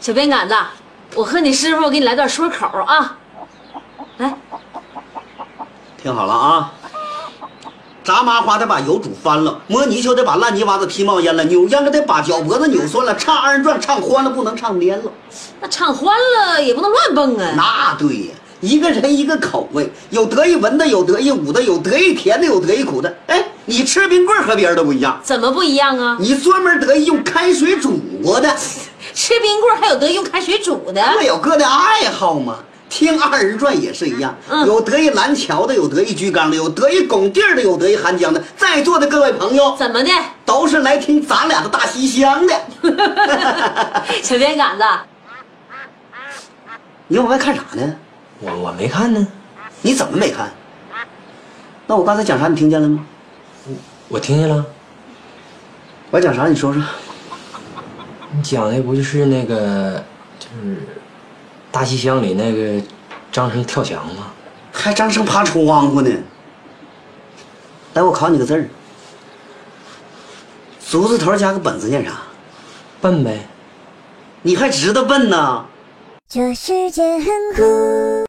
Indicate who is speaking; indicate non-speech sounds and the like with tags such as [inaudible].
Speaker 1: 小编杆子，我和你师傅给你来段说口啊，哎来，
Speaker 2: 听好了啊，炸麻花得把油煮翻了，磨泥鳅得把烂泥巴子踢冒烟了，扭秧歌得把脚脖子扭酸了，唱二人转唱欢了不能唱颠了。
Speaker 1: 那唱欢了也不能乱蹦啊。
Speaker 2: 那对呀，一个人一个口味，有得意文的，有得意武的，有得意甜的，有得意苦的。哎，你吃冰棍儿和别人都不一样，
Speaker 1: 怎么不一样啊？
Speaker 2: 你专门得意用开水煮过的，
Speaker 1: 吃冰棍还有得用开水煮的，
Speaker 2: 各有各的爱好嘛。听二人转也是一样，
Speaker 1: 嗯
Speaker 2: 有得意蓝桥的，有得意居冈的，有得意拱地儿的，有得意寒江的。在座的各位朋友，
Speaker 1: 怎么的？ [laughs]
Speaker 2: 都是来听咱俩的大西厢的。
Speaker 1: [laughs] 小编杆子，
Speaker 2: 你往外看啥呢？
Speaker 3: 我我没看呢，
Speaker 2: 你怎么没看？那我刚才讲啥你听见了吗？
Speaker 3: 我听见了。
Speaker 2: 我讲啥你说说。
Speaker 3: 你讲的不就是那个，就是大西厢里那个张成跳墙吗？
Speaker 2: 还张生爬窗户呢。来，我考你个字儿。竹字头加个本字念啥？
Speaker 3: 笨呗。
Speaker 2: 你还知道笨呢？
Speaker 4: 这世界很酷。